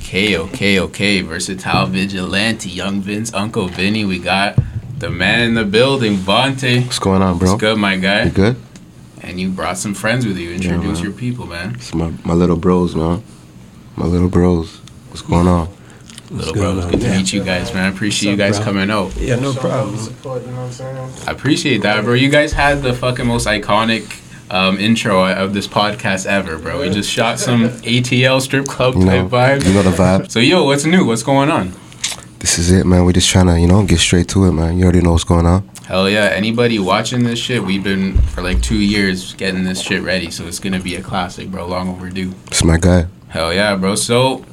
Okay, okay, okay. Versatile vigilante, young Vince, Uncle Vinny. We got the man in the building, Vontae. What's going on, bro? What's good, my You guy? good? And you brought some friends with you. Introduce your people, man. It's my, my little bros, man. My little bros. What's going on? Little good, bro, man? good to meet you guys, man. I appreciate you up, guys bro? coming out. Yeah, no Show problem. the Support, you know what I'm saying? I appreciate that, bro. You guys had the fucking most iconic um, intro of this podcast ever, bro. We just shot some ATL strip club You know, type vibe. you know the vibe. So, yo, what's new? What's going on? This is it, man. We just trying to, you know, get straight to it, man. You already know what's going on. Hell yeah. Anybody watching this shit, we've been for like two years getting this shit ready. So it's going to be a classic, bro. Long overdue. It's my guy. Hell yeah, bro. So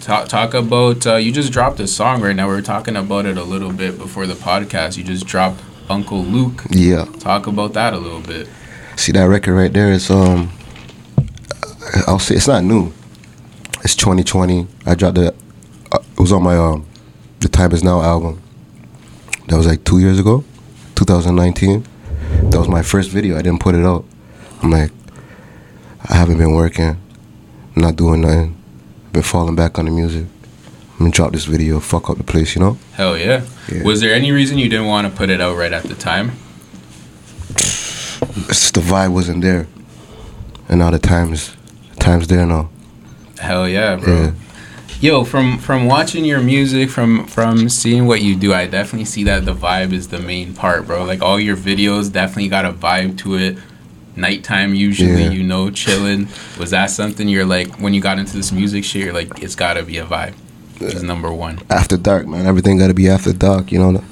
talk, talk about, uh, you just dropped a song right now. We were talking about it a little bit before the podcast. You just dropped Uncle Luke. Yeah. Talk about that a little bit. See that record right there? It's um, I'll say it's not new. It's 2020. I dropped the. Uh, it was on my um, the Time Is Now album. That was like two years ago, 2019. That was my first video. I didn't put it out. I'm like, I haven't been working, not doing nothing. Been falling back on the music. I'm gonna drop this video. Fuck up the place, you know. Hell yeah. Yeah. Was there any reason you didn't want to put it out right at the time? It's just the vibe wasn't there, and now the time is, time's there now. Hell yeah, bro. Yo, from from watching your music, from from seeing what you do, I definitely see that the vibe is the main part, bro. Like all your videos definitely got a vibe to it. Nighttime usually, Yeah. you know, chilling. Was that something you're like when you got into this music shit? You're like, it's gotta be a vibe. Is number one. after dark, man. Everything got to be after dark, you know.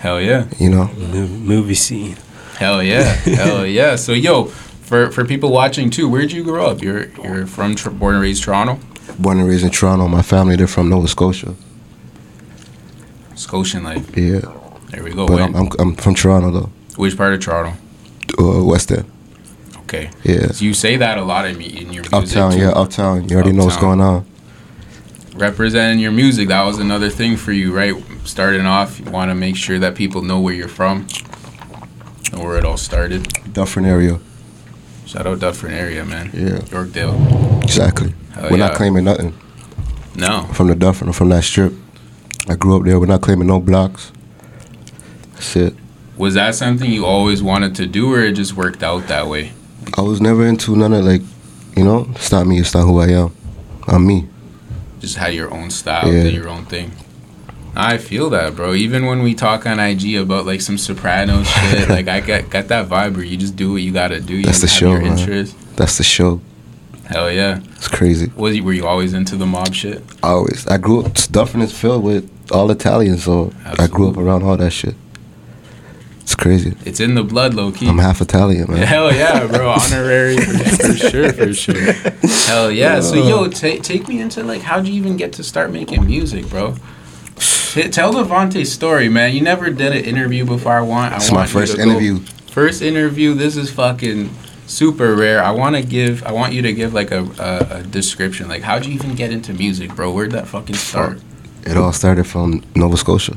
Hell yeah. You know, Mo- movie scene. Hell yeah. Hell yeah. So yo, for for people watching too, where'd you grow up? You're you're from Tr- born and raised Toronto, born and raised in Toronto. My family they're from Nova Scotia. Scotian life. Yeah, There we go. but Oh, Wait, I'm, I'm I'm from Toronto which part of Toronto? though, uh, West End. Okay. Yeah, You say that a lot in, me- in your music. uptown. too. Yeah, uptown. You already know what's Uptown. going on. Representing your music, that was another thing for you, right? Starting off, you want to make sure that people know where you're from and where it all started. Dufferin area. Shout out Dufferin area, man. Yeah, Yorkdale. exactly. Hell We're yeah. not claiming nothing No. from the Dufferin or from that strip. I grew up there. We're not claiming no blocks. That's it. Was that something you always wanted to do, or it just worked out that way? I was never into none of like, you know, it's not me. It's not who I am. I'm me. Just had your own style, Yeah. did your own thing. I feel that, bro. Even when we talk on IG about like some soprano shit, like I got got that vibe where you just do what you gotta do. You That's the have show, your man. interest. That's the show. Hell yeah. It's crazy. Was you, were you always into the mob shit? always. I grew up. Dufferin is filled with all Italians, so I grew up Absolutely. around all that shit. It's crazy. It's in the blood, low key. I'm half Italian, man. Hell yeah, bro! Honorary for sure, for sure. Hell yeah! So yo, ta take me into like, how'd you even get to start making music, bro? T- tell the Vontae story, man. You never did an interview before. I want. I It's want my you first to go- interview. First interview. This is fucking super rare. I want to give. I want you to give like a, a, a description. Like, how'd you even get into music, bro? Where'd that fucking start? It all started from Nova Scotia.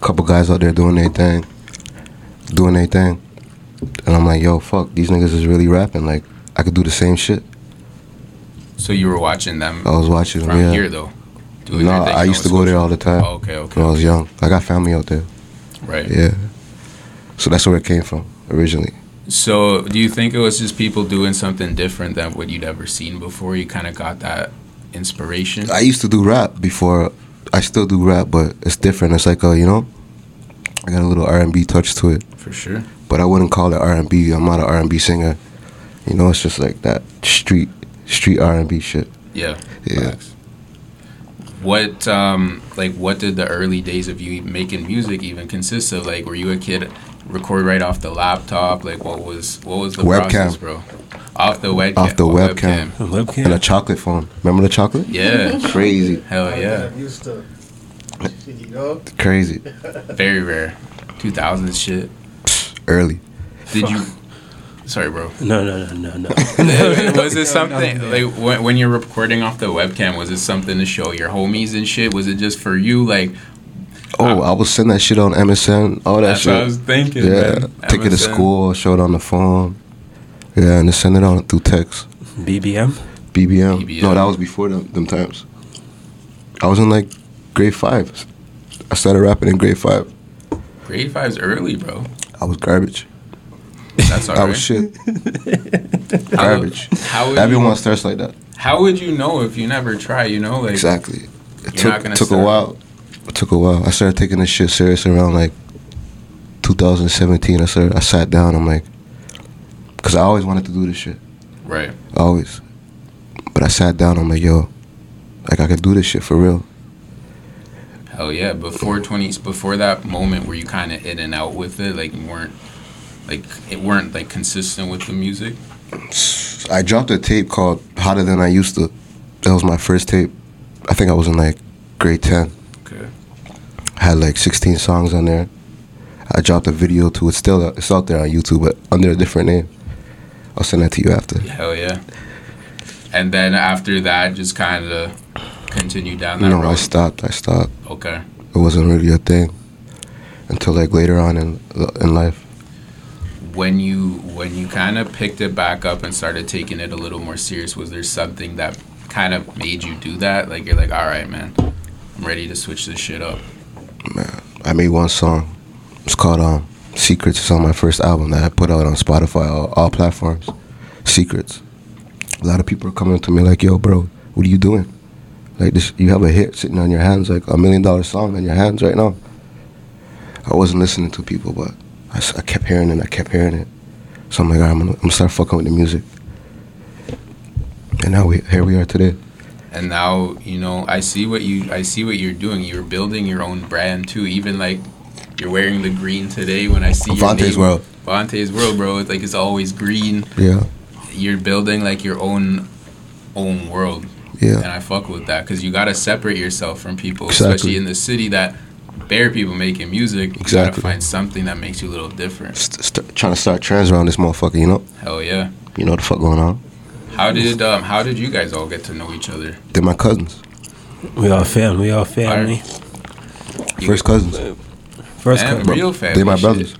couple guys out there doing their thing, doing their thing, and I'm like, yo, fuck, these niggas is really rapping. Like, I could do the same shit. So you were watching them I was watching them. from Yeah. here though. doing no, their thing, I used to Nova go there Scotia. all the time Oh, okay, okay, when I was young. I got family out there. right. Yeah. So that's where it came from originally. So, do you think it was just people doing something different than what you'd ever seen before? You kind of got that inspiration. I used to do rap before. I still do rap, but it's different. It's like a you know, I got a little R and B touch to it, for sure. but I wouldn't call it R and B. I'm not an R and B singer. You know, it's just like that street street R and B shit. Yeah. Yeah. facts. What um like what did the early days of you making music even consist of? Like, were you a kid record right off the laptop? Like, what was what was the Webcam. process, bro? Off the webcam. Off the oh, webcam. A webcam. And a chocolate phone. Remember the chocolate? Yeah. Crazy, Hell yeah. I used to, you know, crazy. Very rare. Two thousands shit. Early. Did you? Sorry, bro. No, no, no, no, no. was it something like when, when you're recording off the webcam was it something to show your homies and shit was it just for you like Oh, I was sending that shit on MSN. All that that's what i shit. was thinking Yeah, man. take it to MSN. school, show it on the phone. Yeah, and then send it on through text. BBM. BBM. BBM. No, that was before them, them times. I was in like grade five. I started rapping in grade five. Grade five's early, bro. I was garbage. That's all I right. was shit. How- Garbage. How would, Everyone you, starts like that. how would you know if you never try? You know, like Exactly. It You're not took, gonna took a start. while. It took a while. I started taking this shit serious around like 2017. I started, I sat down. I'm like, because I always wanted to do this shit. right, Always. But I sat down. I'm like, yo, like I can do this shit for real. hell yeah. Before twenties, before that moment where you kind of in and out with it, like you weren't, like it weren't like consistent with the music. I dropped a tape called Hotter Than I Used to. That was my first tape. I think I was in like grade 10. Okay, had like 16 songs on there. I dropped a video to it. Still, it's out there on YouTube, but under a different name. I'll send that to you after. hell yeah. And then after that, just kind of continued down that no, I road. stopped. I stopped. okay, It wasn't really a thing until like later on in in life. when you when you kind of picked it back up and started taking it a little more serious, was there something that kind of made you do that? Like you're like, all right, man, I'm ready to switch this shit up. I made one song. It's called um, "Secrets." It's on my first album that I put out on Spotify, all, all platforms. "Secrets." A lot of people are coming to me like, "Yo, bro, what are you doing? Like this, you have a hit sitting on your hands, like a million dollar song on your hands right now." I wasn't listening to people, but I, s- I kept hearing it. I kept hearing it. So I'm like, "All right, I'm gonna, I'm gonna start fucking with the music. And now we here we are today. and now you know i see what you i see what you're doing you're building your own brand too even like you're wearing the green today when i see your Vante's name- world. Vante's world bro it's like it's always green Yeah, you're building like your own own world and yeah, i fuck with that because you gotta separate yourself from people Exactly. especially in the city that bare people making music you gotta Exactly. find something that makes you a little different St- st- trying to start trends around this motherfucker. You know, hell yeah you know what the fuck going on. how did um how did you guys all get to know each other They're my cousins. We all family. We all family. You- First cousins. First Damn, couple. real family They're my shit. brothers.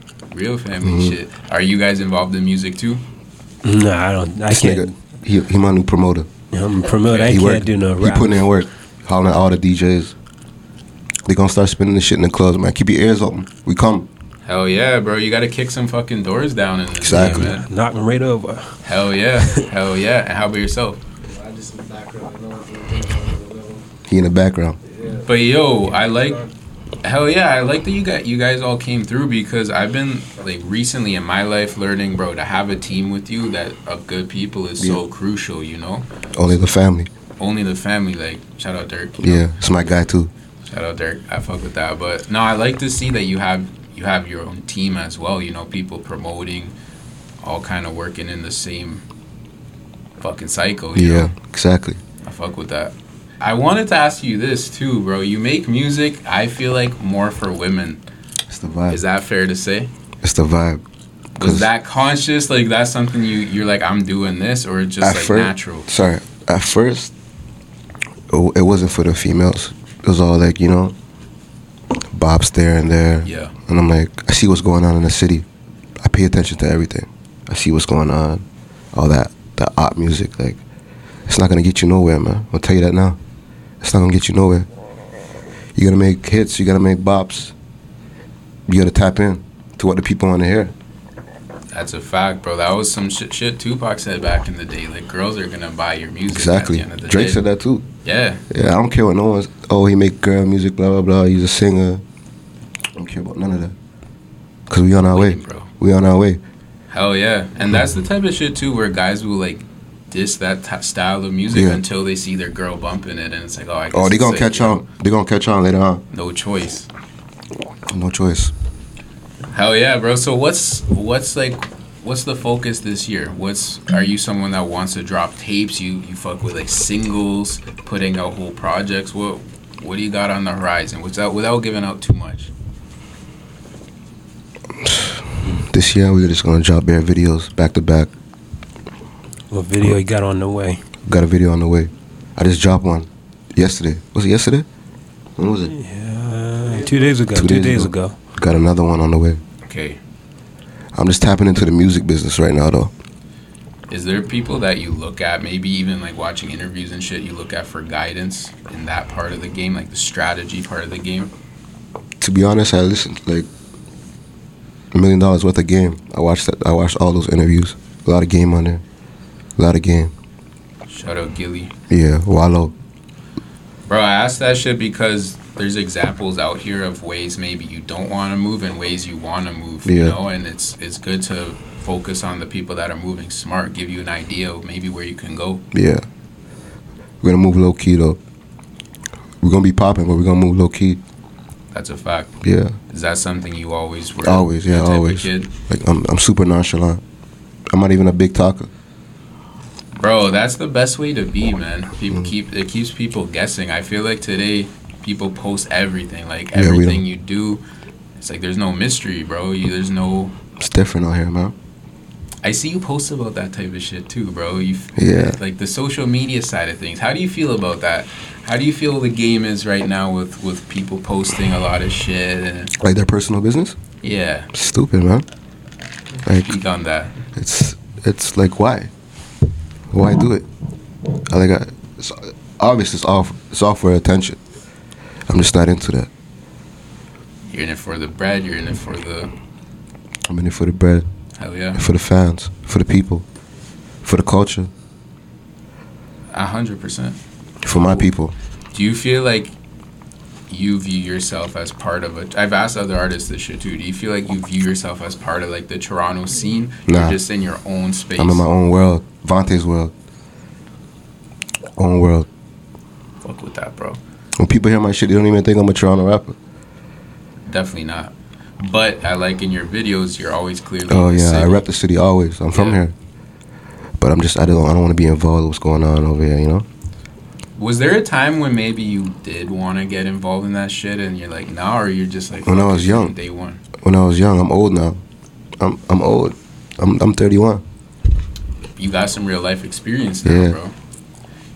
real family Mm-hmm. shit are you guys involved in music too No, I don't. I This nigga, can't. he, he my new promoter. I'm a promoter. I He can't work- do no He rap. putting in work. Hollering at all the DJs. They gonna start spinning this shit in the clubs, man. Keep your ears open. We come. Hell yeah, bro! You got to kick some fucking doors down in this Exactly. game, man. Knock me right over. Hell yeah, hell yeah. And how about yourself? I just in the background, you know, I'm doing He in the background. whatever. But yo, I Yeah. like hell yeah, I like that you got you guys all came through because I've been like recently in my life learning, bro, to have a team with you that of good people is so crucial. You know, Only Oh, the family. only the family. Like shout out Dirk. you know? Yeah, it's my guy too. Shout out Dirk. I fuck with that. But no, I like to see that you have you have your own team as well. You know, people promoting, all kind of working in the same fucking cycle. You know? Yeah, exactly. I fuck with that. I wanted to ask you this too, bro. You make music, I feel like more for women. It's the vibe. Is that fair to say? it's the vibe. Was 'Cause that conscious? Like that's something you you're like I'm doing this or it's just at like fir- natural? Sorry, at first, it w- it wasn't for the females. It was all like you know, bops there and there. Yeah. And I'm like, I see what's going on in the city. I pay attention to everything. I see what's going on. All that, that art music, like, it's not gonna get you nowhere, man. I'll tell you that now. It's not gonna get you nowhere. You gotta make hits. You gotta make bops. You gotta tap in to what the people want to hear. That's a fact, bro. That was some shit shit Tupac said back in the day. Like girls are gonna buy your music. Exactly. At the end of the Drake day. said that too. Yeah. Yeah, I don't care what no one's. Oh, he make girl music, blah blah blah. He's a singer. I don't care about none of that. Cause we on our way. Bro. We on our way. Hell yeah. And that's the type of shit too where guys will like diss that t- style of music Yeah. until they see their girl bumping it and it's like, oh, I guess Oh, they it's gonna like, catch on. They gonna catch on later on. No choice. No choice. Hell yeah, bro. So what's what's like what's the focus this year? What's are you someone that wants to drop tapes? You you fuck with like singles, putting out whole projects. What what do you got on the horizon? Without without giving out too much. This year we're just gonna drop bare videos back to back. What video you got on the way? Got a video on the way. I just dropped one yesterday. Was it yesterday? When was it? Yeah, two days ago. Two Two, days days, ago. ago. Got another one on the way. Okay. I'm just tapping into the music business right now though. Is there people that you look at, maybe even like watching interviews and shit, you look at for guidance in that part of the game, like the strategy part of the game? To be honest, I listened like a million dollars worth of game. I watched that. I watched all those interviews. A lot of game on there. A lot of game. Shout out Gilly. Yeah, Wallow. Bro, I asked that shit because there's examples out here of ways maybe you don't want to move and ways you want to move, you Yeah. know, and it's it's good to focus on the people that are moving smart, give you an idea of maybe where you can go. Yeah. We're gonna move low key though. We're gonna be popping, but we're gonna move low key. That's a fact. Yeah. Is that something you always were? Always, that yeah, type of always. kid? Like I'm, I'm super nonchalant. I'm not even a big talker. Bro, that's the best way to be, man. Mm-hmm. People keep it keeps people guessing. I feel like today people post everything, like Yeah, we everything don't- you do. It's like there's no mystery, bro. You, there's no. It's different out here, man. I see you post about that type of shit too, bro. You f- Yeah. like the social media side of things. How do you feel about that? How do you feel the game is right now with with people posting a lot of shit? And, Like their personal business. yeah, Stupid, man. Like speak on that. it's it's like why, why do it? I Like I, it's obvious it's all it's all for attention. I'm just not into that. You're in it for the bread. You're in it for the I'm in it for the bread, hell yeah. for the fans, for the people, for the culture, A hundred percent. for my people. Do you feel like you view yourself as part of a? I've asked other artists this shit too. Do you feel like you view yourself as part of like the Toronto scene? Nah. You're just in your own space. I'm in my own world, Vante's world, own world. Fuck with that, bro. When people hear my shit, they don't even think I'm a Toronto rapper. Definitely not. But I like in your videos, you're always clearly. Oh in the yeah, I city. rep the city always. I'm from Yeah. here, but I'm just I don't I don't want to be involved with what's going on over here. You know, Was there a time when maybe you did want to get involved in that shit, and you're like, nah, or you're just like When I fuck was it from young. day one. when I was young, I'm old now. I'm I'm old. I'm I'm 31. you got some real life experience now, Yeah. bro.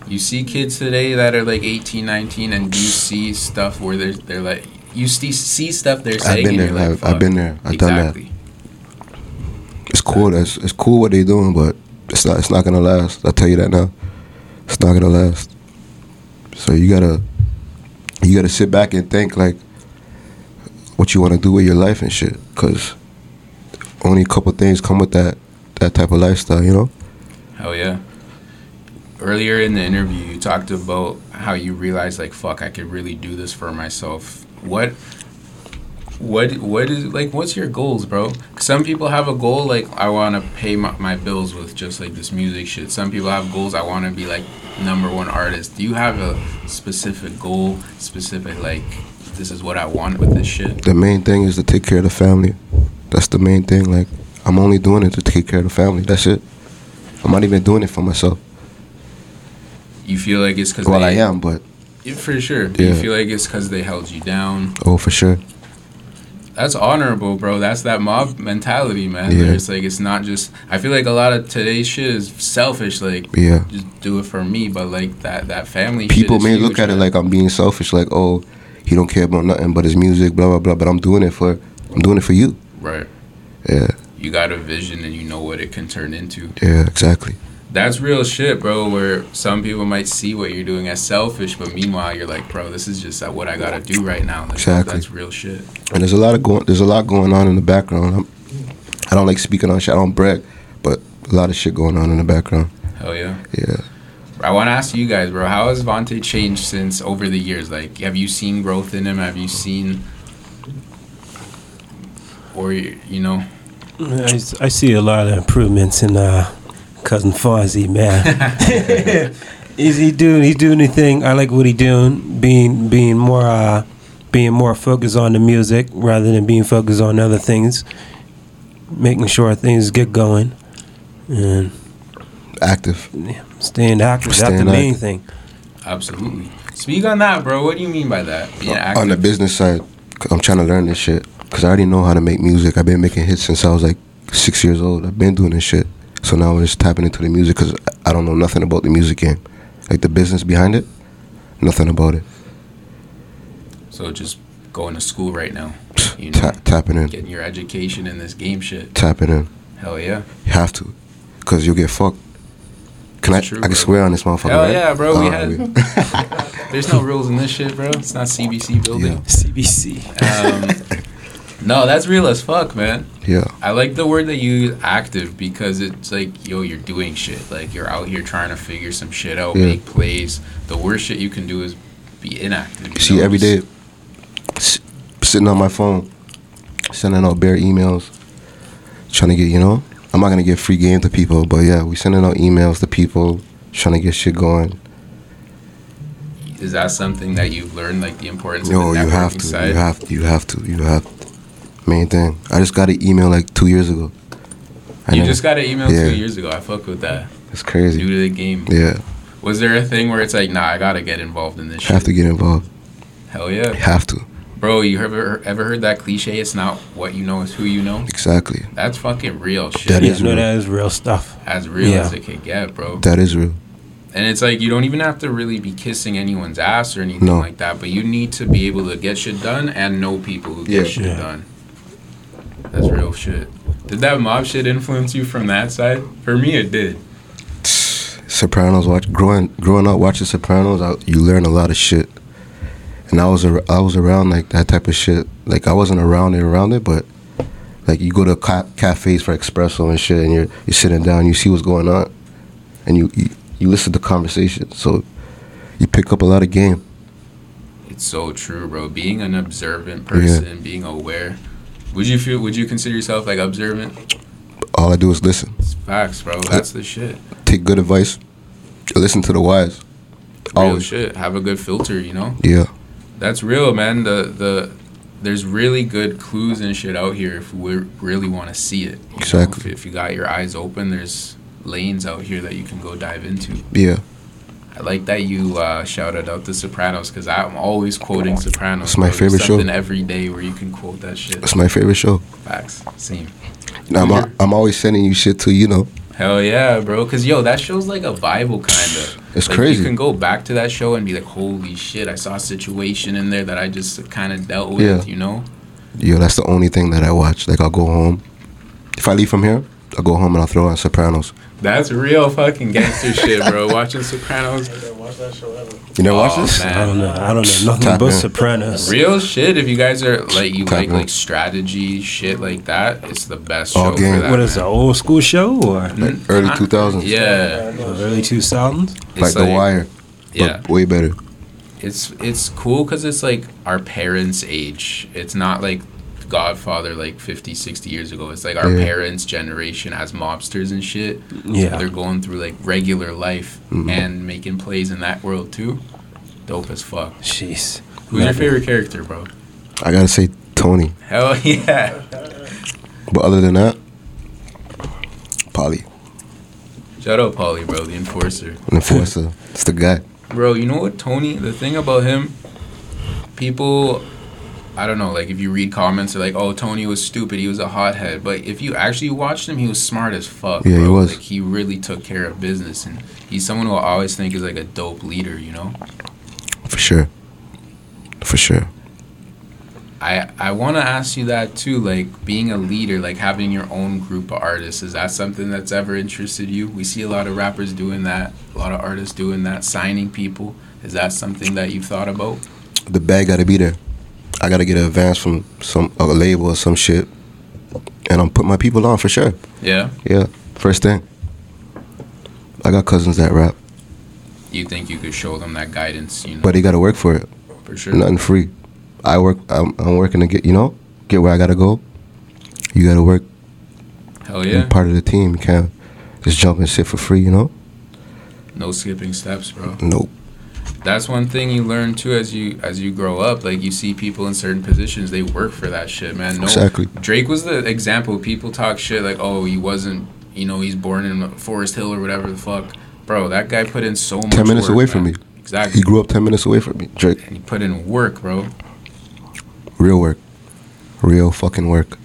You see kids today that are like 18, 19, and you see stuff where they're, they're like, you see, see stuff they're I've saying, and been there. you're like, I've, I've "Fuck." been there. I've done that. exactly. It's cool. That's it's cool what they doing, but it's not it's not gonna last. I tell you that now. It's not gonna last. So you gotta you gotta sit back and think like what you want to do with your life and shit. Cause only a couple things come with that that type of lifestyle. You know. Hell yeah. Earlier in the interview, you talked about how you realized, like, fuck, I could really do this for myself. What, what, what is like? What's your goals, bro? Some people have a goal, like, I want to pay my, my bills with just like this music shit. Some people have goals, I want to be like number one artist. Do you have a specific goal, specific like, this is what I want with this shit? the main thing is to take care of the family. That's the main thing. Like I'm only doing it to take care of the family. That's it. I'm not even doing it for myself. You feel like it's because Well, I am, but for sure. Do you Yeah. feel like it's because they held you down? oh, for sure. that's honorable, bro. That's that mob mentality, man. Yeah. Where It's like it's not just. I feel like a lot of today's shit is selfish. Like, Yeah. just do it for me. But like that, that family. People shit is may huge, look at it man. like I'm being selfish. Like oh, he don't care about nothing but his music, blah blah blah. But I'm doing it for I'm doing it for you. right. Yeah, You got a vision and you know what it can turn into. yeah, exactly. That's real shit, bro. Where some people might see what you're doing as selfish, but meanwhile you're like, bro, this is just uh, what I gotta do right now. Like, Exactly. That's real shit. And there's a lot of going. There's a lot going on in the background. I'm, I don't like speaking on shit. I don't brag, but a lot of shit going on in the background. Hell yeah. Yeah. I want to ask you guys, bro. How has Vontae changed since over the years? Like, have you seen growth in him? Have you seen, or you you know, I, s- I see a lot of improvements in uh, cousin Fonzie, man. Is he doing? He's doing anything? I like what he doing. Being being more uh, being more focused on the music rather than being focused on other things. Making sure things get going and Active. yeah, staying active. That's the Staying main active. thing. absolutely. Speak on that, bro. What do you mean by that? Being active. Uh, on the business side, 'cause I'm trying to learn this shit because I already know how to make music. I've been making hits since I was like six years old. I've been doing this shit, so now I'm just tapping into the music because I don't know nothing about the music game, like the business behind it, nothing about it. so just going to school right now, you know, Ta- tapping in, getting your education in this game shit. tapping in. Hell yeah. You have to, because you'll get fucked. Can I? It's true, I can bro. swear on this motherfucker. Hell right? yeah, bro, we Oh, had- okay. There's no rules in this shit, bro. It's not CBC building. CBC. Um, no, that's real as fuck, man. Yeah. I like the word that you use, active, because it's like, yo, you're doing shit. Like, you're out here trying to figure some shit out, Yeah. make plays. The worst shit you can do is be inactive. you You see, know? every day, s- sitting on my phone, sending out bare emails, trying to get, you know, I'm not going to give free game to people, but yeah, we sending out emails to people, trying to get shit going. Is that something that you've learned, like the importance Yo, of the networking you have to, side? you have to, you have to, you have to. Main thing. I just got an email like two years ago. I You know, just got an email Yeah. two years ago. I fuck with that. it's Due crazy. to the game. Yeah, Was there a thing where it's like, nah, I gotta get involved in this shit? have to get involved. Hell yeah. Have to. Bro, you ever, ever heard that cliche? It's not what you know, it's who you know? Exactly. That's fucking real shit. That Yeah, is no, real. that is real stuff. as real Yeah. as it could get, bro. That is real. And it's like you don't even have to really be kissing anyone's ass or anything No. like that, but you need to be able to get shit done and know people who get Yeah. shit Yeah. done. That's real shit. Did that mob shit influence you from that side? For me, it did. Sopranos watch growing growing up watching Sopranos, I, you learn a lot of shit. And I was ar- I was around like that type of shit. Like I wasn't around it around it, but like you go to ca- cafes for espresso and shit, and you're you're sitting down, you see what's going on, and you you, you listen to conversation. So you pick up a lot of game. It's so true, bro. Being an observant person, being aware. Would you feel? Would you consider yourself like observant? All I do is listen, It's facts, bro. That's the shit. take good advice, listen to the wise. Real Always. shit. Have a good filter, you know. Yeah, That's real, man. The the there's really good clues and shit out here if we really want to see it. you know? Exactly. If, if you got your eyes open, there's lanes out here that you can go dive into. yeah. I like that you uh, shouted out The Sopranos because I'm always quoting Sopranos. It's my bro. There's favorite show. something every day where you can quote that shit. That's my favorite show. Facts. Same. And I'm al- I'm always sending you shit too. You know, Hell yeah, bro. Because yo, that show's like a Bible kind of. it's like, crazy. You can go back to that show and be like, holy shit, I saw a situation in there that I just kind of dealt with, Yeah. you know? Yo, that's the only thing that I watch. Like, I'll go home. If I leave from here, I'll go home and I'll throw on Sopranos. That's real fucking gangster shit, bro. Watching Sopranos. I didn't watch that show ever. You never Oh, watch this? man. I don't know. I don't know nothing Tap but in. Sopranos. Real shit. If you guys are like you Type like in. like strategy shit like that, it's the best show All for game. that. What is it, man. old school show or Like, early Uh, 2000s. Yeah, I know. early 2000s? it's Like, The Wire, Yeah, but way better. it's it's cool because it's like our parents' age. It's not like Godfather like 50, 60 years ago. It's like our Yeah. parents' generation as mobsters and shit. Yeah. they're going through like regular life Mhm. and making plays in that world too. Dope as fuck. Jeez. Who's your favorite character, bro? I gotta say Tony. Hell yeah. But other than that, Polly, Shout out Polly, bro, the enforcer. an enforcer. it's the guy. Bro, you know what, Tony? The thing about him, people, I don't know, like if you read comments, they're like, oh, Tony was stupid. He was a hothead. But if you actually watched him, he was smart as fuck. Yeah, he bro. was. Like, he really took care of business. And he's someone who I always think is like a dope leader, you know? For sure. For sure. I, I want to ask you that too, like being a leader, like having your own group of artists. Is that something that's ever interested you? We see a lot of rappers doing that, a lot of artists doing that, signing people. Is that something that you've thought about? The bag gotta be there. I gotta get an advance from some a label or some shit. And I'm putting my people on for sure. Yeah. Yeah. First thing. I got cousins that rap, You think you could show them that guidance, you know, but they gotta work for it. for sure. nothing free. I work. I'm, I'm working to get you know get where I gotta go. You gotta work. Hell Be Oh, yeah. part of the team. You can't just jump and sit for free. You know. No skipping steps, bro. Nope. That's one thing you learn too as you as you grow up. Like you see people in certain positions, they work for that shit, man. No, Exactly. Drake was the example. People talk shit like, oh, he wasn't, you know, he's born in Forest Hill or whatever the fuck. Bro, that guy put in so much. Ten minutes work, away from man. me. Exactly. He grew up ten minutes away from me. Drake. and he put in work, bro. Real work. Real fucking work.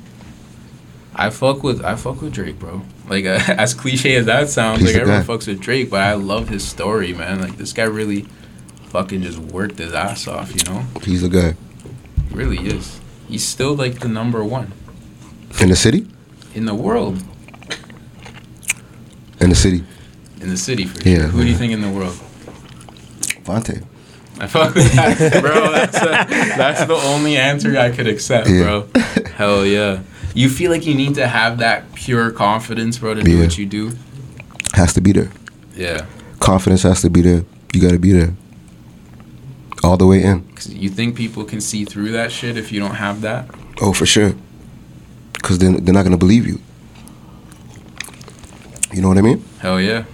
I fuck with I fuck with Drake, bro. Like uh, as cliche as that sounds, He's like the everyone guy. fucks with Drake, but I love his story, man. Like this guy really fucking just worked his ass off, you know? He's the guy He really is. He's still like the number one in the city. in the world. In the city. in the city for Yeah, sure. Who do you yeah. think in the world? Vontae. I fuck with that, bro. That's, uh that's the only answer I could accept, Yeah. bro. Hell yeah. You feel like you need to have that pure confidence, bro, to do Yeah. what you do. Has to be there. Yeah, Confidence has to be there. You gotta be there. All the way in. 'Cause you think people can see through that shit if you don't have that. Oh, for sure. Because then they're not gonna believe you. You know what I mean? Hell yeah.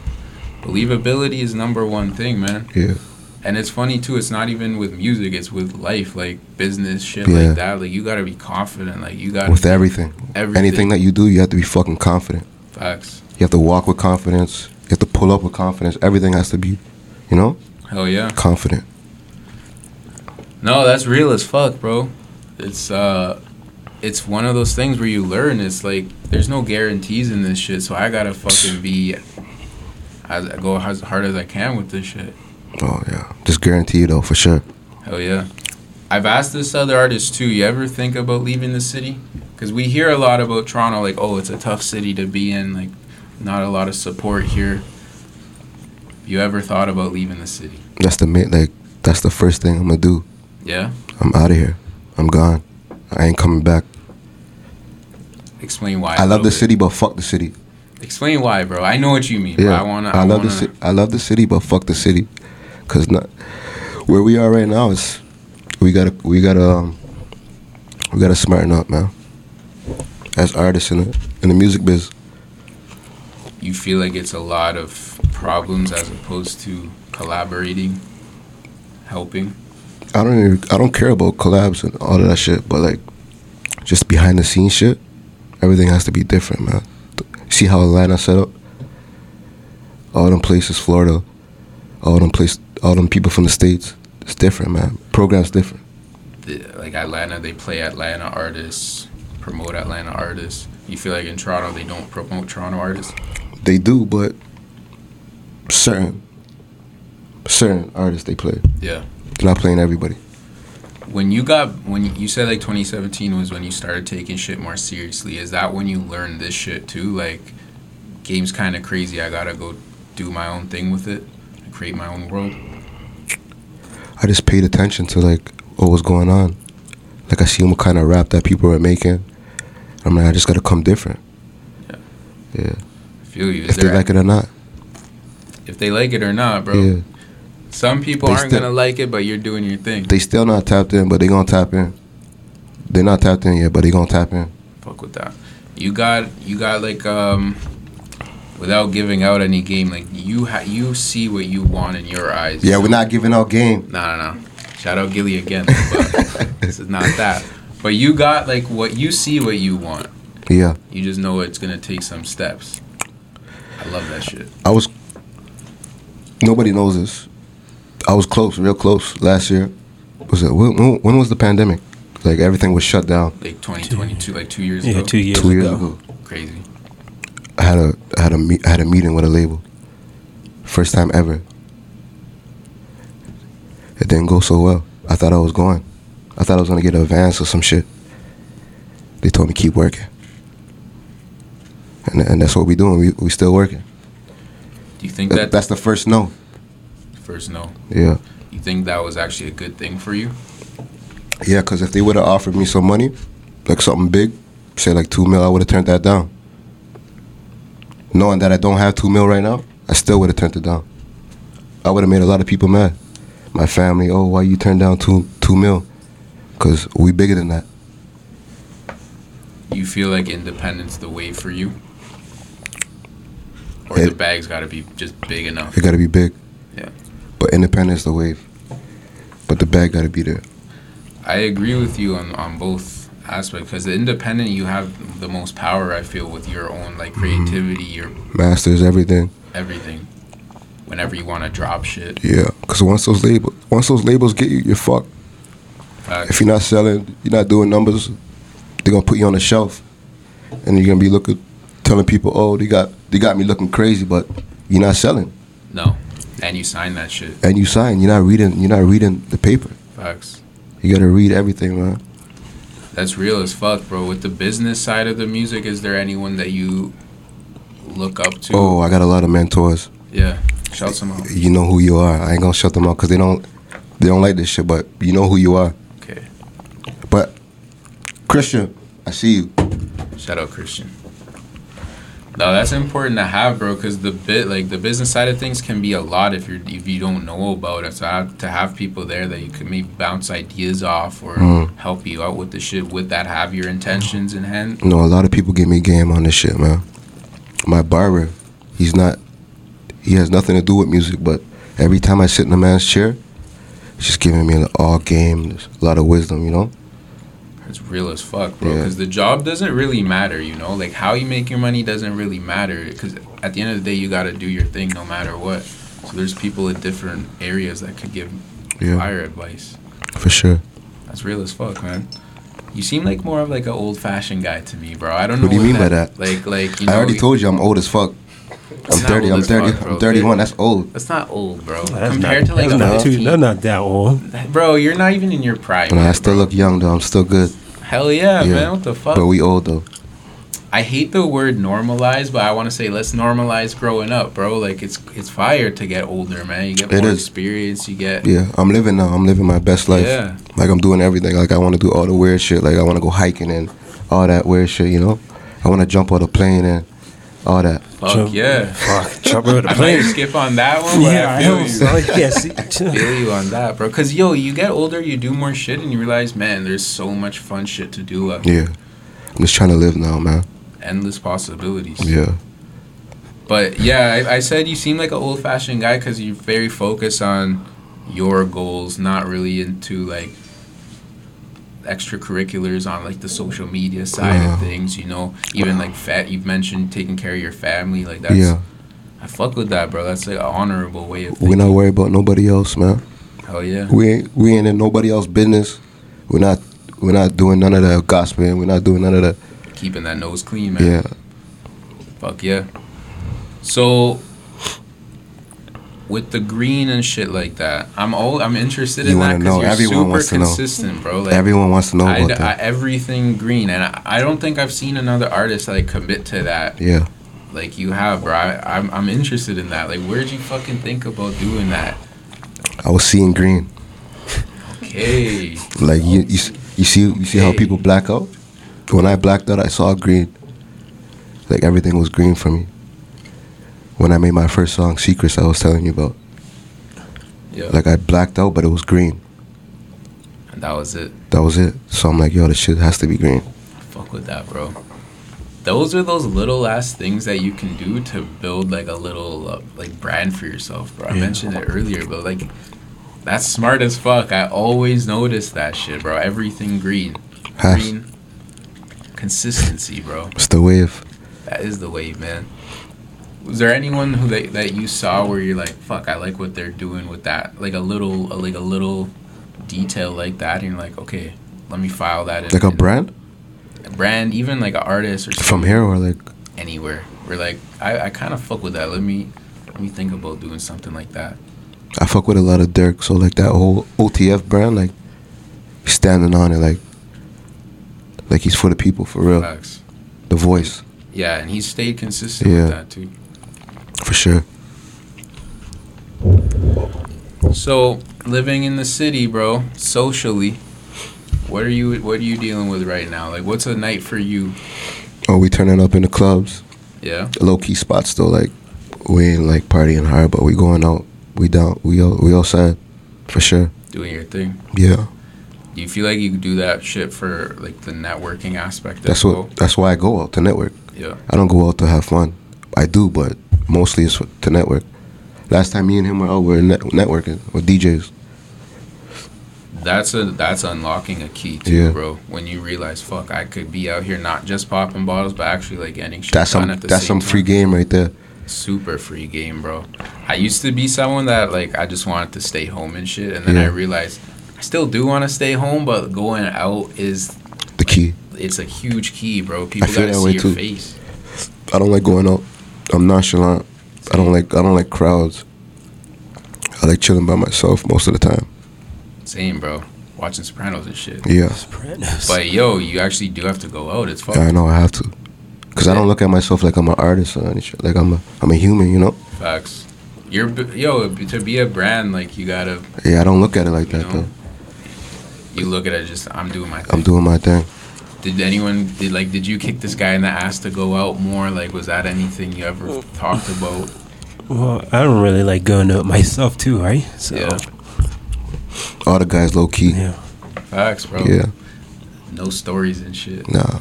Believability is number one thing, man. Yeah. And it's funny too. It's not even with music. It's with life, like business, shit Yeah. like that. Like you gotta be confident. Like you gotta With everything. everything. Anything that you do, you have to be fucking confident. Facts. You have to walk with confidence. You have to pull up with confidence. Everything has to be, you know, Hell yeah. confident. No, that's real as fuck, bro. It's uh it's one of those things where you learn it's like there's no guarantees in this shit, so I gotta fucking be as I go as hard as I can with this shit. Oh yeah, just guarantee you though for sure. Hell yeah. I've asked this other artist too, you ever think about leaving the city? Because we hear a lot about Toronto, like, oh, it's a tough city to be in, like, not a lot of support here. You ever thought about leaving the city? That's the main, like that's the first thing I'm gonna do. Yeah? I'm out of here. I'm gone. I ain't coming back. Explain why. I a love little the bit. city, but fuck the city. Explain why, bro. I know what you mean. Yeah. Yeah, I wanna. I, love wanna, the city. I love the city, but fuck the city, cause not where we are right now is we gotta we gotta um, we gotta smarten up, man. As artists in the in the music biz, You feel like it's a lot of problems as opposed to collaborating, helping. I don't even, I don't care about collabs and all of that shit, but like just behind the scenes shit, everything has to be different, man. See how Atlanta set up? All them places, Florida, all them place, all them people from the states. It's different, man. Program's different. The, like Atlanta, they play Atlanta artists, promote Atlanta artists. You feel like in Toronto, they don't promote Toronto artists. They do, but certain certain artists they play. Yeah. They're not playing everybody. When you got when you said like 2017 was when you started taking shit more seriously, is that when you learned this shit too? Like, game's kind of crazy. I gotta go do my own thing with it, create my own world. I just paid attention to like what was going on. Like I see what kind of rap that people were making. I'm like, I just gotta come different. Yeah. I feel you. Is If they there- like it or not. if they like it or not, bro. Yeah. Some people They aren't still- gonna like it, but you're doing your thing. They still not tapped in, but they gonna tap in. They're not tapped in yet, but they gonna tap in. Fuck with that. You got you got like um, without giving out any game, like you ha- you see what you want in your eyes. Yeah, we're not giving out game. No, no, no. Shout out Gilly again. But this is not that. But you got like what you see, what you want. Yeah. You just know it's gonna take some steps. I love that shit. I was nobody knows this. I was close, real close last year. Was it when, when when was the pandemic? Like everything was shut down Like 2022, like two years Yeah, ago. two years, two years ago. ago. Crazy. I had a I had a me- I had a meeting with a label. First time ever. It didn't go so well. I thought I was going. I thought I was gonna get an advance or some shit. They told me keep working. And, and that's what we doing. We we still working. Do you think That, that that's the first no. first no? Yeah. You think that was actually a good thing for you? Yeah, because if they would have offered me some money, like something big, say like two mil, I would have turned that down. Knowing that I don't have two mil right now, I still would have turned it down. I would have made a lot of people mad. My family, oh, why you turned down two two mil? Because we bigger than that. you feel like independence the way for you or the It- bag's got to be just big enough It got to be big. Yeah. But independence the wave. But the bag got to be there. i agree with you on, on both aspects because the independent you have the most power i feel with your own Mm-hmm. like creativity your Masters everything. everything whenever you want to drop shit Yeah. Because once those labels, once those labels get you, you're fucked. Facts. if you're not selling, you're not doing numbers, they're gonna put you on the shelf, and you're gonna be looking, telling people, oh, they got they got me looking crazy, but you're not selling, no and you sign that shit and you sign, you're not reading, you're not reading the paper. facts You gotta read everything, man. that's real as fuck bro with the business side of the music is there anyone that you look up to Oh, I got Oh, a lot of mentors. Yeah. Shouts him out. You know who you are. I ain't gonna shut them out because they don't they don't like this shit. But you know who you are. Okay. But Christian, I see you. Shout out Christian. No, that's important to have, bro, because the bit like the business side of things can be a lot if you're if you don't know about it. So I have to have people there that you can maybe bounce ideas off or Mm. help you out with the shit with that have your intentions in hand. You know, a lot of people give me game on this shit, man. My barber, he's not, he has nothing to do with music, but every time I sit in a man's chair, he's just giving me an all game, there's a lot of wisdom, you know? It's real as fuck, bro. Yeah. Because the job doesn't really matter, you know. Like how you make your money doesn't really matter. Because at the end of the day, you gotta do your thing no matter what. So there's people in different areas that could give fire advice. for sure. That's real as fuck, man. You seem like more of like an old fashioned guy to me, bro. I don't know. What do you mean by that? Like, like you I know, already told you I'm old as fuck. I'm 30, I'm 30, I'm 31, that's old. That's not old, bro. That's Compared not, to like that's a not too, 15 that's not that old. bro, you're not even in your prime. And I yet, still bro. look young though, I'm still good. Hell yeah, Yeah. man. What the fuck? But we old though. I hate the word normalize, but I want to say let's normalize growing up, bro. Like it's it's fire to get older, man. You get It more is. experience. You get Yeah, I'm living now, I'm living my best life. yeah. Like I'm doing everything. Like I want to do all the weird shit. Like I want to go hiking and all that weird shit. You know, I want to jump out a plane and all that. Fuck Jump- yeah. Fuck, jump over the I might plane. skip on that one. But Yeah, I I feel know. you. So, yeah, see, feel you on that, bro. Cause yo, you get older, you do more shit, and you realize, man, there's so much fun shit to do. Like, Yeah, I'm just trying to live now, man. Endless possibilities. Yeah, But yeah, I, I said you seem like an old fashioned guy because you're very focused on your goals, not really into like extracurriculars on like the social media side Yeah. of things. You know, even like fat. You've mentioned taking care of your family. Like that's. yeah. I fuck with that, bro. That's like an honorable way of. We're Thinking. not worried about nobody else, man. Hell yeah. We ain't we ain't in nobody else business. We're not we're not doing none of that gossiping. We're not doing none of that. Keeping that nose clean, man. Yeah, Fuck yeah. So with the green and shit like that, I'm all I'm interested in You that wanna know. because you're Everyone super wants to know. consistent, bro. Like everyone wants to know I, about I, that. everything green, and I, I don't think I've seen another artist like commit to that yeah, like you have, bro. I, I'm I'm interested in that. Like, where'd you fucking think about doing that? I was seeing green. Okay, Like you you, s- you see you see how Hey. people black out. When I blacked out, I saw green. Like everything was green for me. When I made my first song, Secrets, I was telling you about. yeah, Like I blacked out, but it was green. and that was it. That was it. So I'm like, yo, this shit has to be green. Fuck with that, bro. Those are those little ass things that you can do to build like a little uh, like brand for yourself, bro. I Yeah. mentioned it earlier, but like that's smart as fuck. I always notice that shit, bro. Everything green, Has- green, consistency, bro. It's the wave. That is the wave, man. Was there anyone who that, that you saw where you're like, fuck, I like what they're doing with that, like a little, like a little detail like that, and you're like, okay, let me file that in. Like a in- brand a brand, even like an artist or from here or like anywhere. We're like, I, I kind of fuck with that. Let me let me think about doing something like that. I fuck with a lot of Dirk. So like that whole OTF brand, like he's standing on it, like like he's for the people for real. Facts. The voice Yeah, and he stayed consistent Yeah. with that too. for sure. So living in the city, bro, socially, what are you what are you dealing with right now? Like, what's a night for you? Oh, we turning up in the clubs. Yeah, low key spots though. Like we ain't like partying hard, but we going out. We down. We out, we outside for sure. doing your thing. Yeah, Do you feel like you could do that shit for like the networking aspect? that's as what. That's why I go out to network. well? Yeah, I don't go out to have fun. I do, but mostly it's for- to network. Last time me and him were out, we were net- networking with DJs. that's a that's unlocking a key too, Yeah. bro. When you realize, fuck, I could be out here not just popping bottles, but actually like getting shit That's done some. at the That's same some free time. game right there. super free game, bro. I used to be someone that like I just wanted to stay home and shit, and then I Yeah. realized I still do want to stay home, but going out is The key. it's a huge key, bro. People gotta feel that see way your too. face. I don't like going out. I'm nonchalant. I don't like. I don't like crowds. I like chilling by myself most of the time. Same, bro. Watching Sopranos and shit. Yeah, Sopranos. But yo, you actually do have to go out. It's fucking I know. I have to. Cause I don't look at myself like I'm an artist or anything. Like I'm a, I'm a human, you know. facts. You're b- yo to be a brand like you gotta Yeah, I don't look at it like you that know, though. You look at it just I'm doing my thing. I'm doing my thing. did anyone did like did you kick this guy in the ass to go out more? Like was that anything you ever talked about? Well, I don't really like going out myself too, right? So Yeah. All the guys low key. yeah. Facts, bro. Yeah, No stories and shit. nah.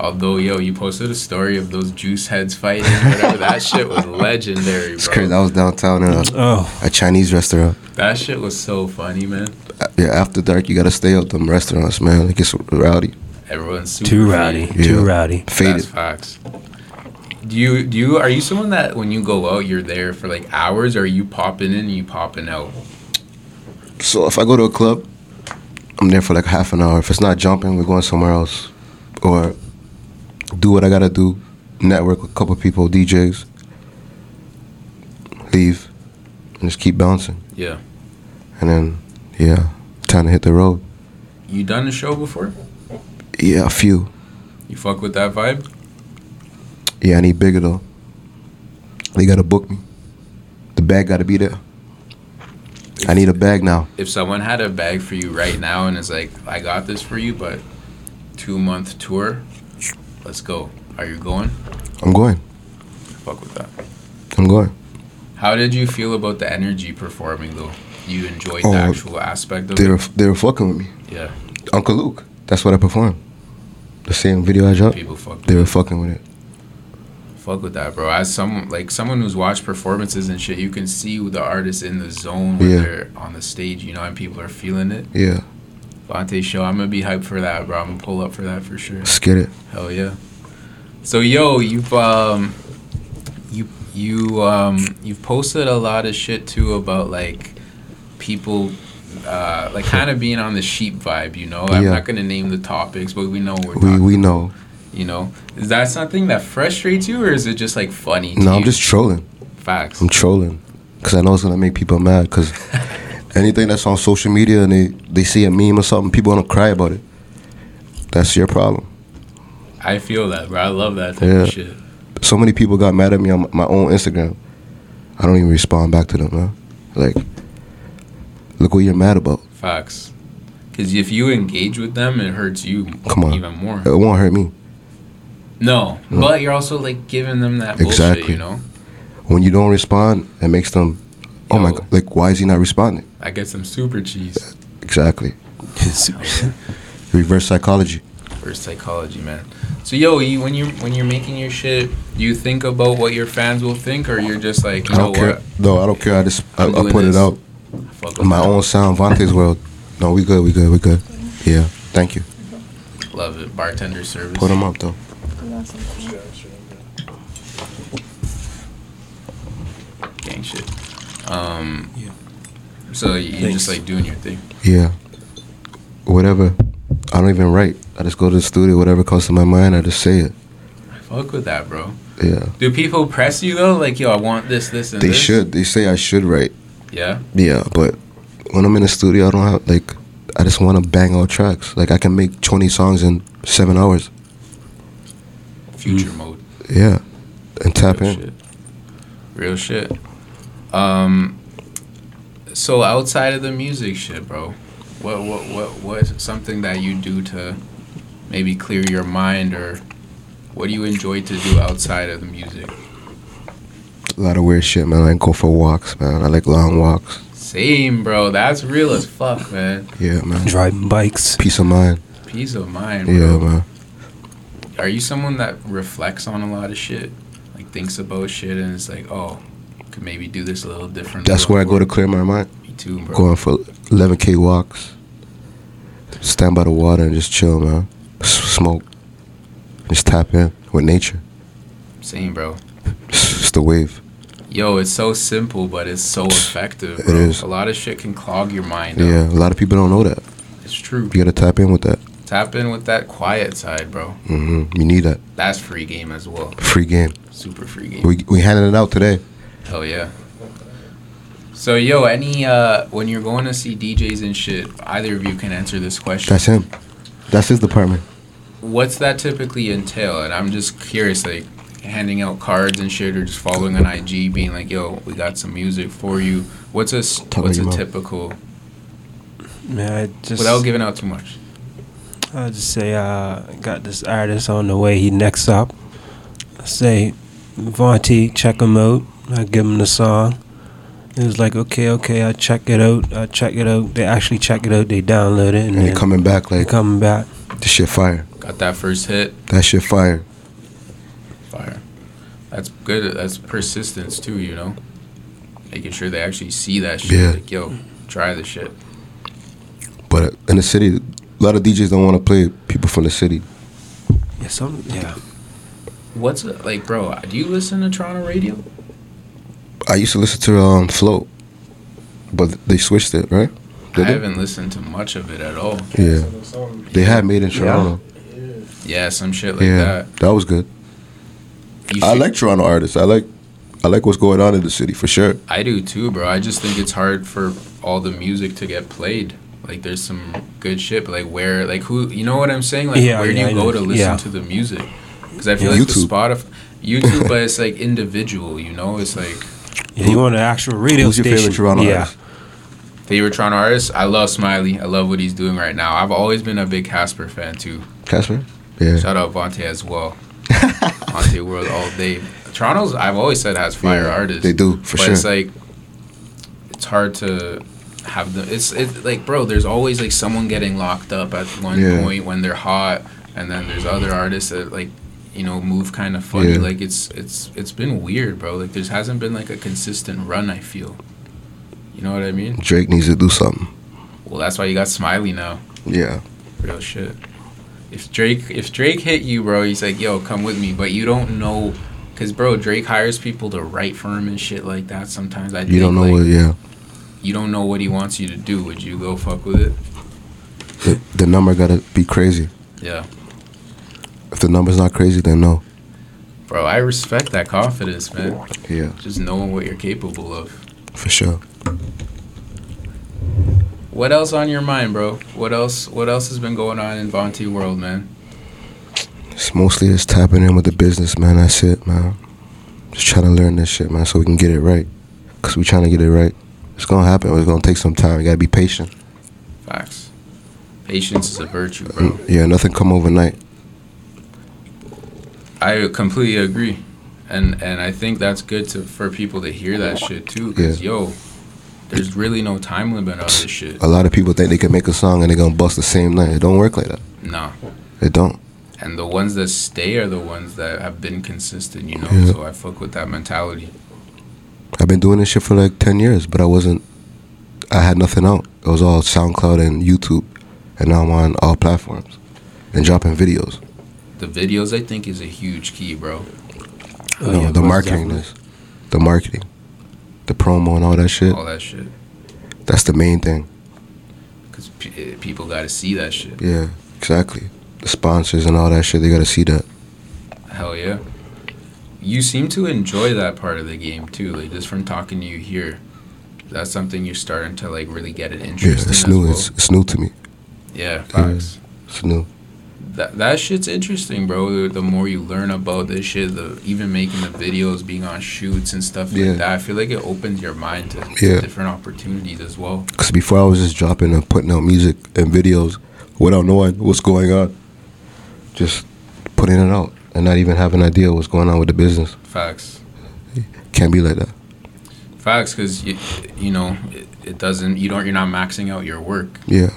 Although yo, you posted a story of those juice heads fighting, whatever. that shit was legendary, bro. It's crazy. I was downtown in a, Oh, a Chinese restaurant. That shit was so funny, man. Uh, Yeah, after dark, you gotta stay up them restaurants, man. It gets rowdy. Everyone's super too free. rowdy, too Yeah. rowdy. That's Faded. facts. Do you do you are you someone that when you go out you're there for like hours or are you popping in and you popping out? So if I go to a club, I'm there for like half an hour. If it's not jumping, we're going somewhere else, or do what I gotta do, network with a couple people, DJs, leave, and just keep bouncing. Yeah. And then, yeah, time to hit the road. You done a show before? Yeah, a few. You fuck with that vibe? Yeah, I need bigger though. They gotta book me. The bag gotta be there. I need a bag now. If someone had a bag for you right now and is like, I got this for you, but two month tour, let's go. Are you going? I'm going. Fuck with that. I'm going. How did you feel about the energy performing though? You enjoyed Oh, the actual aspect of They were it? they were fucking with me. Yeah. Uncle Luke. That's what I performed. The same video I dropped. People fuck with They it. were fucking with it. Fuck with that, bro. As someone like someone who's watched performances and shit, you can see the artists in the zone when Yeah. they're on the stage, you know, and people are feeling it. Yeah. Vontae show, I'm gonna be hyped for that, bro. I'm gonna pull up for that for sure. Let's get it. Hell yeah. So yo, you've um you you um you've posted a lot of shit too about like people uh like kind of being on the sheep vibe, you know. I'm Yeah. not gonna name the topics, but we know what we're We talking we know. you know. Is that something that frustrates you or is it just like funny? to No, I'm you? just trolling. facts. I'm trolling. Cause I know it's gonna make people mad. Cause anything that's on social media and they, they see a meme or something, people gonna cry about it. That's your problem. I feel that, bro. I love that type Yeah. of shit. so many people got mad at me on my own Instagram. I don't even respond back to them, man. Like, look what you're mad about. Facts. Because if you engage with them, it hurts you Come on. even more. It won't hurt me. No, but you're also like giving them that bullshit, Exactly. you know? When you don't respond, it makes them, oh my Yo. god, like why is he not responding? I get some super cheese Exactly. Reverse psychology. for psychology, man. So yo, you, when you when you're making your shit, do you think about what your fans will think, or you're just like, you I know don't care. what? No, I don't care. I just I, I'm I doing put this. it out. Fuck with My that. own sound, Vontae's world. No, we good. We good. We good. Yeah. Thank you. Love it, bartender service. Put them up though. Sure, sure. gang shit. Um, Yeah. So you're Thanks. just like doing your thing. Yeah. Whatever. I don't even write. I just go to the studio. Whatever comes to my mind, I just say it. Fuck with that, bro. Yeah. Do people press you though? Like, yo, I want this, this, and They this. should. They say I should write. Yeah. Yeah, but when I'm in the studio, I don't have like. I just want to bang out tracks. Like I can make 20 songs in seven hours. Future Mm. mode. Yeah, and tap Real in. shit. Real shit. Um. So outside of the music shit, bro, what what what what is something that you do to maybe clear your mind or what do you enjoy to do outside of the music? A lot of weird shit, man. I go for walks, man. I like long walks. Same, bro. That's real as fuck, man. Yeah, man. Driving bikes. Peace of mind. Peace of mind, bro. Yeah, man. Are you someone that reflects on a lot of shit, like thinks about shit, and is like, oh, could maybe do this a little different? That's where I go to clear my mind. Me too, bro. Going for 11k walks. Stand by the water and just chill, man. S- smoke. Just tap in with nature. Same, bro. It's it's the wave. Yo, it's so simple, but it's so effective. It Bro. is. A lot of shit can clog your mind. up. Yeah, a lot of people don't know that. it's true. You gotta tap in with that. Tap in with that quiet side, bro. hmm You need that. That's free game as well. Free game. Super free game. We we handing it out today. Hell yeah. So yo, any uh, when you're going to see DJs and shit, either of you can answer this question. That's him. That's his department. What's that typically entail? And I'm just curious, like, handing out cards and shit, or just following on IG, being like, "Yo, we got some music for you." What's a s- Tell what's me a more. typical Man, I just without giving out too much? I'll just say uh got this artist on the way, he next up. I say, Vonti, check him out. I give him the song. It was like, okay, okay, I check it out. I check it out. They actually check it out. They download it and, And they then coming back they like coming back. this shit fire. Got that first hit, That shit fire. fire. That's good. That's persistence too, you know. Making sure they actually see that shit. Yeah. Like, yo, try the shit. But in the city, a lot of DJs don't want to play people from the city. Yeah, some yeah. What's a, like, bro? Do you listen to Toronto radio? I used to listen to um Float, but they switched it, right? I Did they? haven't listened to much of it at all. Yeah, they had made in Toronto. Yeah, some shit like Yeah, that. was good. that. You I should- like Toronto artists. I like, I like what's going on in the city for sure. I do too, bro. I just think it's hard for all the music to get played. Like, there's some good shit, but like, where, like, who, you know what I'm saying? Like, Yeah, where do yeah, you I go know. to listen Yeah. to the music? Because I feel Yeah. like the YouTube. Spotify, YouTube, but it's like individual, you know? It's like yeah you want an actual radio Who's your station? favorite Toronto yeah. artist? favorite Toronto artist. I love Smiley. I love what he's doing right now. I've always been a big Casper fan too. Casper. Yeah, Shout out Vontae as well. Vontae World all day. Toronto's, I've always said, has fire Yeah, artists. They do for but sure. it's like it's hard to have the it's it, like bro there's always like someone getting locked up at one Yeah. point when they're hot and then there's other artists that like you know move kind of funny Yeah. like it's it's it's been weird bro like there's hasn't been like a consistent run i feel you know what i mean Drake needs to do something. well that's why you got smiley now Yeah, real shit if drake if drake hit you bro he's like yo come with me but you don't know because bro drake hires people to write for him and shit like that sometimes i you don't know like, what. Yeah, you don't know what he wants you to do. Would you go fuck with it? the, the number gotta be crazy. Yeah. If the number's not crazy, then no. Bro, I respect that confidence, man. Yeah, Just knowing what you're capable of. for sure. What else on your mind, bro? What else what else has been going on in Vontae World, man? It's mostly just tapping in with the business, man. That's it, man. Just trying to learn this shit, man, so we can get it right. Cause we trying to get it right. It's gonna happen. It's gonna take some time. You gotta be patient. Facts. Patience is a virtue, bro. Yeah, nothing come overnight. I completely agree. And and I think that's good to for people to hear that shit too. Cause yo, there's really no time limit on this shit. A lot of people think they can make a song and they're gonna bust the same night. It don't work like that. Nah. It don't. And the ones that stay are the ones that have been consistent, you know. Yeah. So I fuck with that mentality. I've been doing this shit for like ten years, but I wasn't. I had nothing out. It was all SoundCloud and YouTube, and now I'm on all platforms and dropping videos. The videos, I think, is a huge key, bro. Oh, no, yeah, the most marketing definitely. is, the marketing, the promo and all that shit. Oh. All that shit. That's the main thing. Because p- eh, people got to see that shit. Yeah, exactly. The sponsors and all that shit. They gotta see that. Hell yeah. You seem to enjoy that part of the game, too. Like, just from talking to you here, that's something you're starting to, like, really get an Yeah, interest in. it's as new. well. It's, it's new to me. yeah, facts. It's new. That, that shit's interesting, bro. The more you learn about this shit, the even making the videos, being on shoots and stuff Yeah. like that, I feel like it opens your mind to Yeah. different opportunities as well. Cause before I was just dropping and putting out music and videos without knowing what's going on. Just putting it out and not even having an idea what's going on with the business. Facts. Can't be like that. Facts, because, you, you know, it, it doesn't, you don't, you're not maxing out your work. Yeah,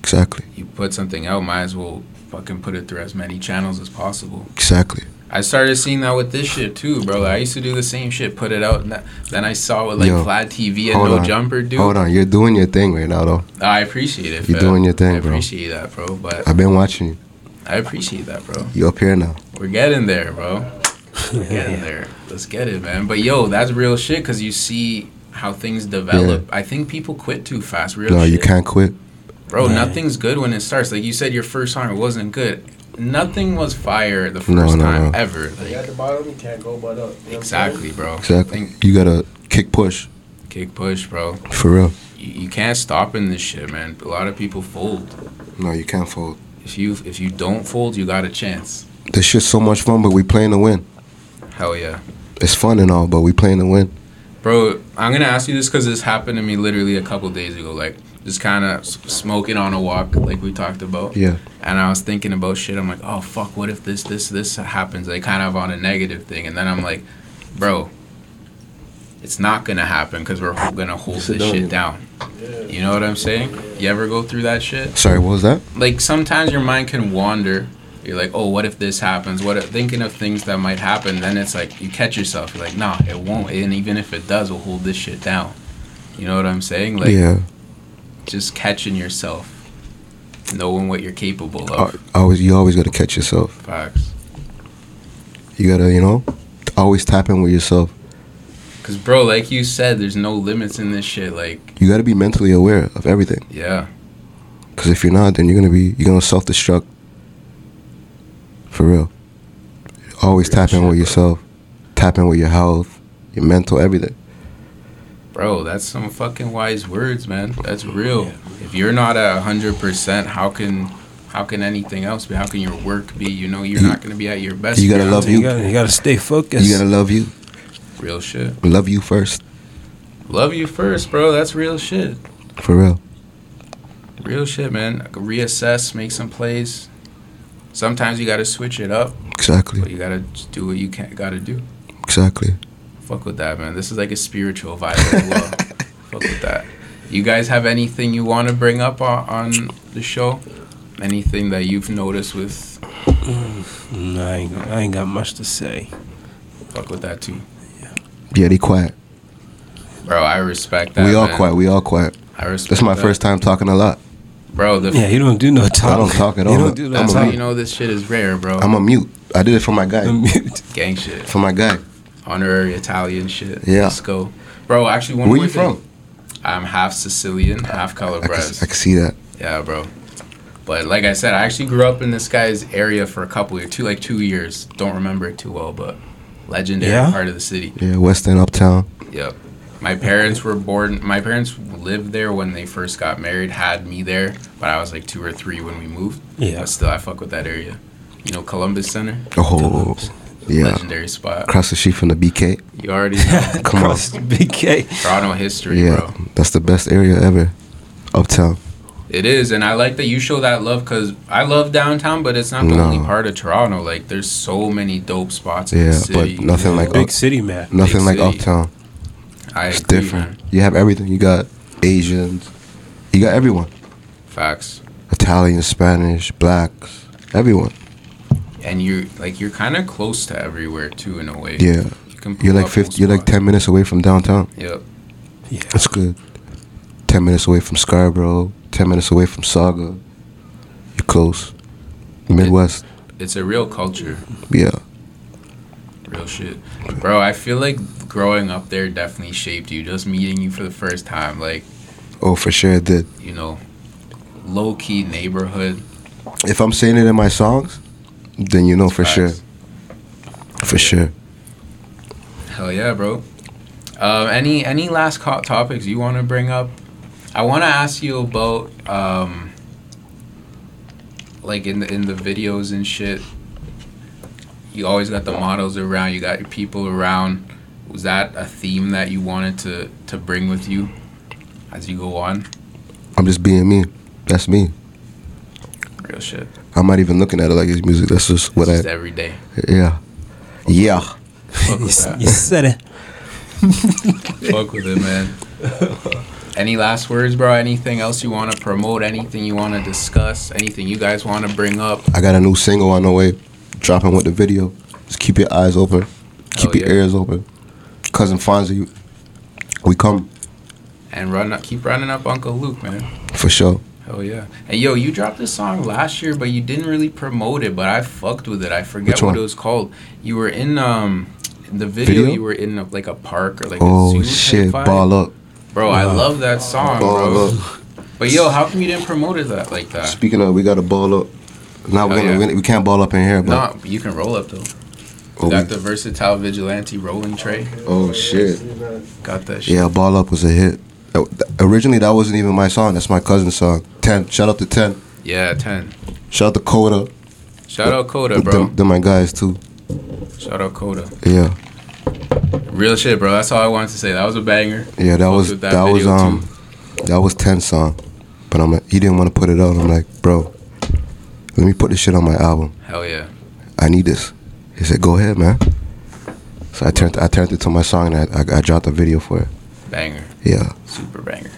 exactly, you put something out, might as well fucking put it through as many channels as possible. exactly. I started seeing that with this shit too, bro. Like, I used to do the same shit, put it out, and that, then I saw with like Yo, Vlad TV and hold No on, Jumper, dude. Hold on, you're doing your thing right now though. I appreciate it. You're fam. doing your thing, I bro. appreciate that, bro. But I've been watching you. I appreciate that, bro. You up here now. We're getting there, bro. We're getting there. Let's get it, man. But yo, that's real shit because you see how things develop. I think people quit too fast. Real No, shit. you can't quit. Bro, Right. nothing's good when it starts. Like you said, your first song wasn't good. Nothing was fire the first No, no, time no. ever. You at Like, the bottom, you can't go but up. You know what I'm saying? exactly, bro. Exactly. Think- You gotta kick push kick, push, bro. for real. You, you can't stop in this shit, man. A lot of people fold. No, you can't fold. If you if you don't fold, you got a chance. This shit's so much fun, but we playing to win. Hell yeah. It's fun and all, but we playing to win. Bro, I'm gonna ask you this because this happened to me literally a couple days ago. Like, just kind of smoking on a walk, like we talked about. Yeah. And I was thinking about shit. I'm like, oh fuck, what if this, this, this happens? Like, kind of on a negative thing. And then I'm like, bro, it's not gonna happen because we're ho- gonna hold Sit this down, shit yeah. down. You know what I'm saying? You ever go through that shit? Sorry, what was that? like sometimes your mind can wander. You're like, oh, what if this happens? What if thinking of things that might happen? Then it's like you catch yourself. You're like, nah, it won't. And even if it does, we'll hold this shit down. You know what I'm saying? Like yeah. just catching yourself, knowing what you're capable I, of. I always you always gotta catch yourself. Facts. You gotta, you know, always tap in with yourself. Cause bro, like you said, there's no limits in this shit. Like, You gotta be mentally aware of everything. yeah, Cause if you're not, then you're gonna be you're gonna self destruct. For real. Always Real tap in shit, with bro. yourself. Tap in with your health, your mental, everything. bro, that's some fucking wise words, man. That's real. If you're not at hundred percent, how can how can anything else be? How can your work be? You know, you're You- not gonna be at your best. you if gotta you're not love You gotta, you gotta stay focused. You gotta love you. Real shit. Love you first. Love you first, bro. That's real shit. For real. Real shit, man. Reassess, make some plays. Sometimes you gotta switch it up, but Exactly. you gotta just do what you can gotta do. Exactly. Fuck with that, man. This is like a spiritual vibe as well. Fuck with that. You guys have anything you want to bring up on, on the show? Anything that you've noticed with? No, I ain't, I ain't got much to say. Fuck with that too, Yeah, they quiet. bro. I respect that. we all man. quiet. We all quiet. I respect. That's my that. first time talking a lot. bro. The Yeah, you don't do no talk. don't talk at You all. don't do no I'm that's a how talk. mute. you know this shit is rare, bro. I'm a mute. I did it for my guy. mute. Gang shit. For my guy. honorary Italian shit. Yeah. Let's go. Bro, actually, one Where more you thing. from? I'm half Sicilian, half I can, I Calabrese. can see that. Yeah, bro. But like I said, I actually grew up in this guy's area for a couple years, two like two years. Don't remember it too well, but legendary Yeah? part of the city. Yeah, West End, Uptown. Yep. My parents were born. My parents lived there when they first got married. Had me there, but I was like two or three when we moved. Yeah. But still, I fuck with that area. You know, Columbus Center, Oh, yeah. legendary spot. Across the street from the BK. You already know Come on. Across the Big K. Toronto history, bro. Yeah, that's the best area ever. Uptown. It is, and I like that you show that love because I love downtown, but it's not the No. only part of Toronto. Like, there's so many dope spots in Yeah, the but city. nothing like Big city, man. Nothing Big like city. Uptown. I It's agree, different. man. You have everything. You got Asians. You got everyone. Facts, Italians, Spanish, blacks. Everyone. and you're like you're kind of close to everywhere too, in a way. Yeah. you can pull You're like up whole 50, you're like spots. 10 minutes away from downtown. Yep, Yeah. That's good. 10 minutes away from Scarborough. 10 minutes away from Saga. You're close. Midwest. it's a real culture, Yeah. real shit, bro. I feel like growing up there definitely shaped you. Just meeting you for the first time, like Oh, for sure it did. you know, low key neighborhood. If I'm saying it in my songs, then you know for sure. Facts. For sure. Hell yeah, bro. Um, any any last co- topics you want to bring up? I want to ask you about um, like in the in the videos and shit. You always got the models around. You got your people around. Was that a theme that you wanted to to bring with you as you go on? I'm just being me. That's me. Real shit. I'm not even looking at it like it's music. That's just what Just I. every day. Yeah. Yeah. Fuck You, with s- that. you said it. Fuck with it, man. Any last words, bro? Anything else you want to promote? Anything you want to discuss? Anything you guys want to bring up? I got a new single on the way, dropping with the video. Just keep your eyes open, keep Hell your yeah. ears open. Cousin Fonzie, you- we come And run up, keep running up Uncle Luke, man. for sure. Hell yeah. Hey, yo, you dropped this song last year, but you didn't really promote it. But I fucked with it. I forget Which what one? it was called. You were in um in the video. Video? You were in like a park or like a Oh zoo shit, type vibe. ball up. bro. I love that song, Ball bro. But yo, how come you didn't promote it that like that? Speaking of, we got to ball up. Now we're Hell gonna yeah. win it. We can't ball up in here, but No, you can roll up though. oh, You got we- the versatile vigilante rolling tray. oh, shit. Got that shit. Yeah, ball up was a hit. Uh, th- Originally, that wasn't even my song. That's my cousin's song. Ten. Shout out to Ten. Yeah, ten. Shout out to Coda. Shout out Coda, Th- bro. Them, them my guys too. Shout out Coda. Yeah, Real shit, bro. That's all I wanted to say. That was a banger. yeah. That Fucked was with that, that was video, um that was ten song, but I'm like, he didn't want to put it out. I'm like, bro, let me put this shit on my album. Hell yeah. I need this. He said, go ahead, man. So I turned I turned it to my song and I I, I dropped a video for it. Banger. Yeah, Super banger.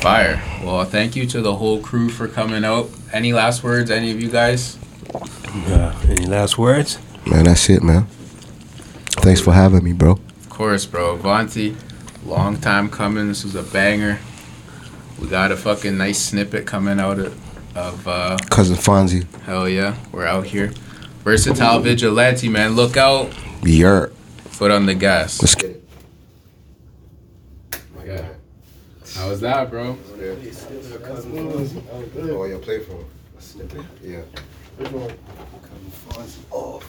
Fire. Well, thank you to the whole crew for coming out. Any last words, any of you guys? Uh, any last words? man. That's it, man. Thanks for having me, bro. Of course, bro. Avanti, long time coming. This was a banger. We got a fucking nice snippet coming out of, of uh, Cousin Fonzie, hell yeah. We're out here. Versatile vigilante, man. Look out. yeah. Foot on the gas. Let's get it. My God. How was that, bro? Oh, yeah, play for him. Yeah.